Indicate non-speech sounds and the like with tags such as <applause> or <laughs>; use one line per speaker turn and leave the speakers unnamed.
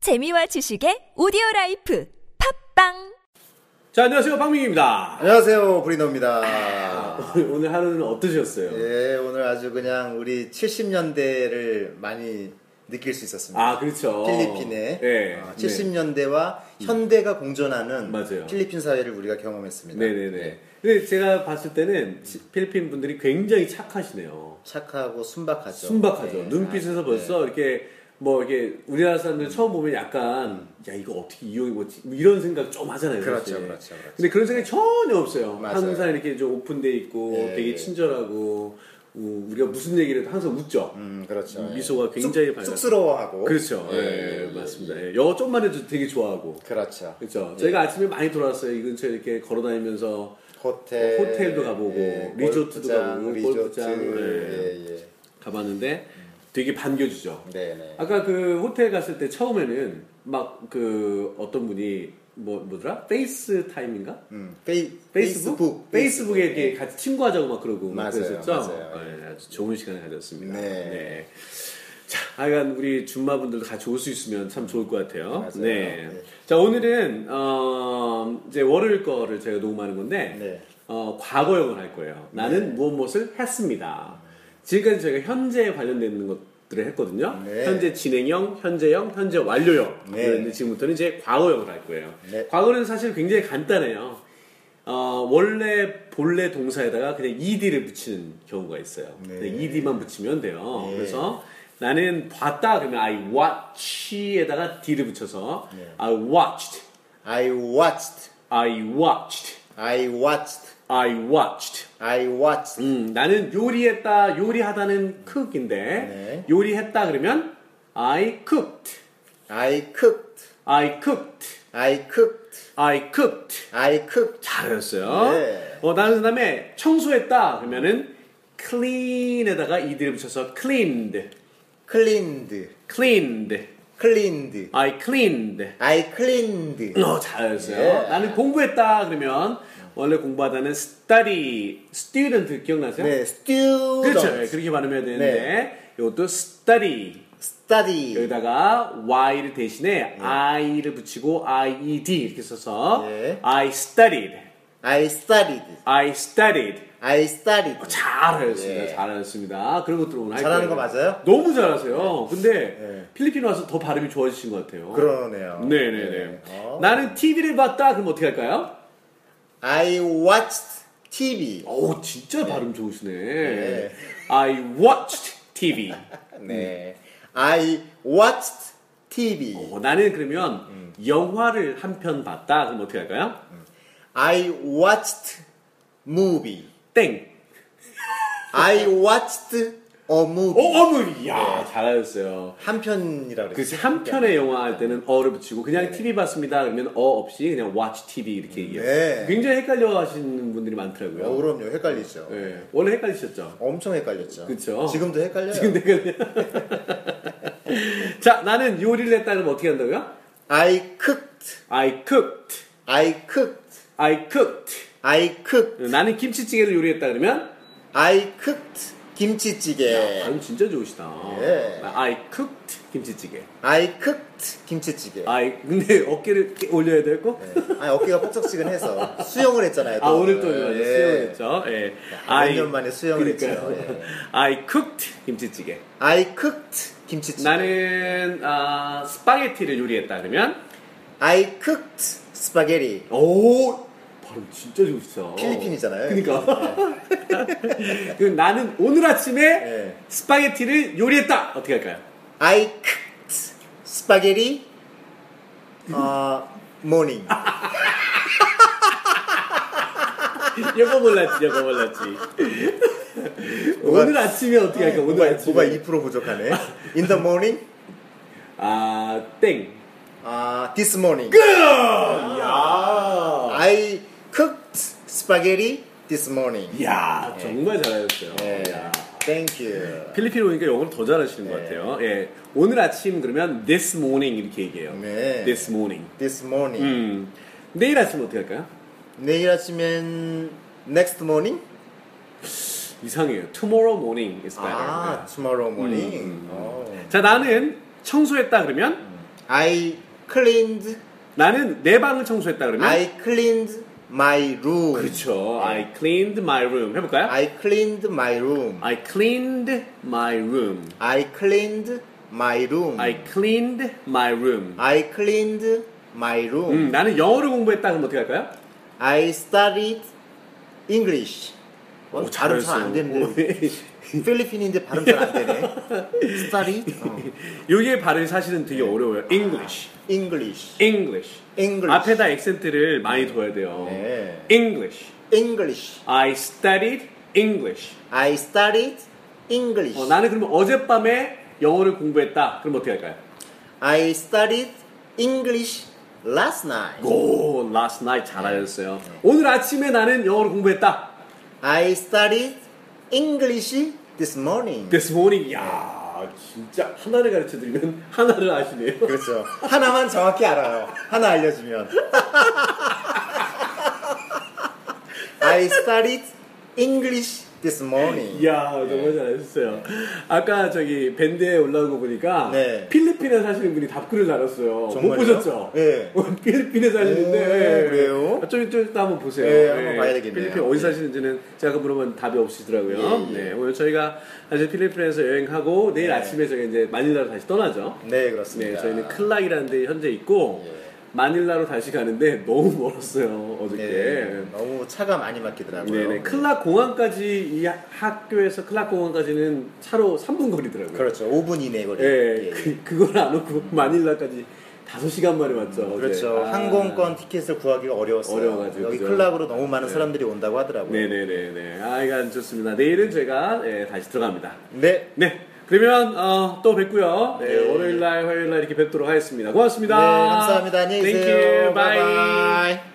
재미와 지식의 오디오 라이프 팝빵
자, 안녕하세요. 박민기입니다.
안녕하세요, 브리노입니다.
오늘 하루는 어떠셨어요?
예, 오늘 아주 그냥 우리 70년대를 많이 느낄 수 있었습니다.
아, 그렇죠.
필리핀의
네. 음.
어, 70년대와 현대가 공존하는
맞아요.
필리핀 사회를 우리가 경험했습니다.
네. 네네네. 근데 제가 봤을 때는 치- 필리핀 분들이 굉장히 착하시네요.
착하고 순박하죠.
순박하죠.
그렇죠. 네.
눈빛에서
아,
벌써 이렇게 뭐 이렇게 우리나라 사람들 처음 보면 약간 야 이거 어떻게 이용해 보지 뭐 이런 생각 좀 하잖아요.
그렇죠,
사실.
그렇죠, 그렇죠.
근데 그런 생각이 전혀 없어요.
맞아요.
항상 이렇게 좀 오픈돼 있고
예,
되게
예.
친절하고 우- 우리가 무슨 얘기를 해도 항상 웃죠.
음, 그렇죠. 예.
미소가 굉장히
쑥-
밝아서.
쑥스러워하고.
그렇죠.
예,
예, 맞습니다. 예. 영어 좀만 해도 되게 좋아하고.
그렇죠.
그렇죠. 저희가 아침에 많이 돌아왔어요. 이 근처에 이렇게 걸어다니면서
호텔, 예,
호텔도 가보고, 리조트도
골프장,
가보고,
리조트,
골프장, 예.
예, 예.
가봤는데 되게 반겨주죠.
네, 네.
아까 그 호텔 갔을 때 처음에는 막 그 어떤 분이 뭐 뭐더라? 페이스 타임인가?
음, 페이,
페이스북?
페이스북,
페이스북 에 이렇게 같이 친구하자고 막 그러고 막
맞아요,
그랬었죠.
맞아요.
네, 아주 좋은 시간을 가졌습니다.
네.
자, 하여간 우리 준마분들도 같이 올 수 있으면 참 좋을 것 같아요.
맞아요.
네.
네.
자, 오늘은 어, 이제 월요일 거를 제가 녹음하는 건데
네.
어, 과거형을 할 거예요. 나는 무엇 무엇을 했습니다. 지금까지 저희가 현재에 관련되는 것들을 했거든요.
네.
현재 진행형, 현재형, 현재 완료형.
네.
그런데 지금부터는 이제 과거형을 할 거예요.
네.
과거는 사실 굉장히 간단해요. 어, 원래 본래 동사에다가 그냥 ed를 붙이는 경우가 있어요.
네.
그냥 ed만 붙이면 돼요.
네.
그래서 나는 봤다 그러면 I watch에다가 d를 붙여서
네.
I watched,
I watched,
I watched,
I watched,
I watched.
I watched.
음, 나는 요리했다, 요리하다는 cook인데
네.
요리했다 그러면 I cooked,
I cooked.
I cooked,
I cooked.
I cooked.
I cooked.
잘하셨어요.
네.
어, 나는 그다음에 청소했다 그러면은 clean에다가 이들을 붙여서 cleaned,
cleaned.
cleaned,
cleaned.
I cleaned.
I cleaned.
어, 잘하셨어요.
네.
나는 공부했다 그러면 원래 공부하다는 study, student 기억나세요?
네, student. 네.
그렇죠. 예, 그렇게 발음해야 되는데 이것도 study.
study.
여기다가 y를 대신에 i를 붙이고 ied 이렇게 써서
예.
I studied,
I studied.
I studied.
I studied.
어, 잘하셨습니다.
예.
잘하셨습니다. 그런 것들 오늘 할 거예요.
잘하는 거 맞아요?
너무 잘하세요. 근데
예.
필리핀 와서 더 발음이 좋아지신 것 같아요.
그러네요.
네네네.
네. 어.
나는 TV를 봤다. 그럼 어떻게 할까요?
I watched TV.
오
예.
진짜 발음 좋으시네.
네.
I watched
<laughs>
TV. 어,
네. I watched TV.
어, 나는 그러면
음.
영화를 한 편 봤다. 그럼 어떻게 할까요?
I watched movie.
땡.
I watched a
어,
movie.
어머, 야 예, 잘하셨어요.
한 편이라 그랬어요.
그래서 한 편의 영화 할 때는 어를 붙이고
네.
그냥 TV 봤습니다 그러면 어 없이 그냥 watch TV 이렇게 얘기해요.
네.
굉장히 헷갈려 하시는 분들이 많더라고요.
어, 그럼요. 헷갈리죠.
네. 원래 헷갈리셨죠? <laughs>
엄청 헷갈렸죠.
그쵸.
지금도 헷갈려요.
지금 헷갈려. <laughs> 자, 나는 요리를 했다 그러면 어떻게 한다고요?
<laughs> I cooked.
I cooked.
I cooked.
I cooked.
I cooked.
나는 김치찌개를 요리했다 그러면
I cooked. 김치찌개.
발음 진짜 좋으시다. 아,
예.
I cooked 김치찌개.
I cooked. 김치찌개.
I 근데 어깨를 깨- 올려야 되고
네. 아니, 어깨가 폭석지근해서 수영을 했잖아요.
아 오늘 또
예.
수영했죠. 예. I-
년 만에 수영을
그러니까요.
했죠. 예.
I cooked 김치찌개.
I cooked. 김치찌개.
나는 아, 스파게티를 요리했다 그러면
I cooked. 스파게티.
오 발음 진짜 좋으시죠.
필리핀이잖아요.
그러니까 <laughs> 그럼 나는 오늘 아침에
예.
스파게티를 요리했다 어떻게
<laughs>
할까요?
I cooked. 스파게티. 어,
<laughs>
morning.
이거 몰랐지 이거 몰랐지. <laughs> 오늘 아침에 어떻게 할까? 오늘
뭐가,
아침에
뭐가 2% 부족하네. In the morning.
아, 아땡
아, this morning.
야.
I cooked spaghetti this morning.
야 정말 잘하셨어요.
예.
야.
Thank you.
필리핀 오니까 영어를 더 잘하시는
네.
것 같아요. 예. 오늘 아침 그러면 this morning 이렇게 얘기해요.
네.
This morning.
This morning.
음. 내일 아침 어떻게 할까요?
내일 아침엔 next morning?
이상해요. Tomorrow 아, 네. morning is better. 음,
Oh. 아, tomorrow morning. 어. 음.
자 나는 청소했다 그러면
I cleaned
나는 내 방을 청소했다 그러면
I cleaned my room.
음? 그렇죠.
네.
I cleaned my room. 해볼까요? I,
I cleaned my room.
cleaned my room.
I cleaned my room.
I cleaned my room.
I cleaned my room.
음, 나는 영어를 공부했다 그럼 어떻게 할까요?
I studied English. 어, 발음 잘 안 되는데
<laughs>
필리핀인데 발음 잘 안 되네. studied 어.
이게 발음이 사실은
네.
되게 어려워요. English,
English.
English.
English.
앞에다 액센트를 많이 둬야 돼요.
네.
English.
English.
I studied English.
I studied English.
어, 나는 그러면 어젯밤에 영어를 공부했다. 그럼 어떻게 할까요?
I studied English last night.
오, last night 잘하셨어요.
네.
오늘 아침에 나는 영어를 공부했다.
I studied English this morning.
This morning, 야 진짜 하나를 가르쳐 드리면 <laughs> 하나를 아시네요.
그렇죠. 하나만 정확히 알아요. 하나 알려주면. <laughs> I studied English this morning.
이야
네.
정말 잘하셨어요. 아까 저기 밴드에 올라온 거 보니까
네.
필리핀에 사시는 분이 답글을 달았어요. 못
정말요?
보셨죠? <laughs> 어,
예.
필리핀에 사시는데
오, 그래요?
아, 좀 이따 좀 이따 한번 보세요.
예, 한번 봐야 되겠네요.
필리핀 어디 사시는지는 제가 물어보면 답이 없으시더라고요.
예, 네. 예.
네, 오늘 저희가 사실 필리핀에서 여행하고 내일 아침에 저희 이제 마닐라로 다시 떠나죠.
네,
네,
그렇습니다. 예.
저희는 클락이라는 데 현재 있고 마닐라로 다시 가는데 너무 멀었어요 어저께.
네, 너무 차가 많이 막히더라고요.
네네. 클락 공항까지 이 하- 학교에서 클락 공항까지는 차로 3분 거리더라고요.
그렇죠. 5분 이내 거리.
예,
예. 음.
그, 그걸 안 오고 마닐라까지 5시간 만에 왔죠. 어제.
그렇죠.
아.
항공권 티켓을 구하기가 어려웠어요.
어려워가지고,
여기
그죠?
클락으로 너무 많은
네.
사람들이 온다고 하더라고요.
네네네네. 아, 이거 안 좋습니다. 내일은 제가 예, 다시 들어갑니다.
네.
네. 그러면 어, 또 뵙고요. 네,
네.
월요일 날, 화요일 날 이렇게 뵙도록 하겠습니다. 고맙습니다.
네, 감사합니다. 네, 안녕히 계세요.
Thank you.
Bye
Bye.
bye.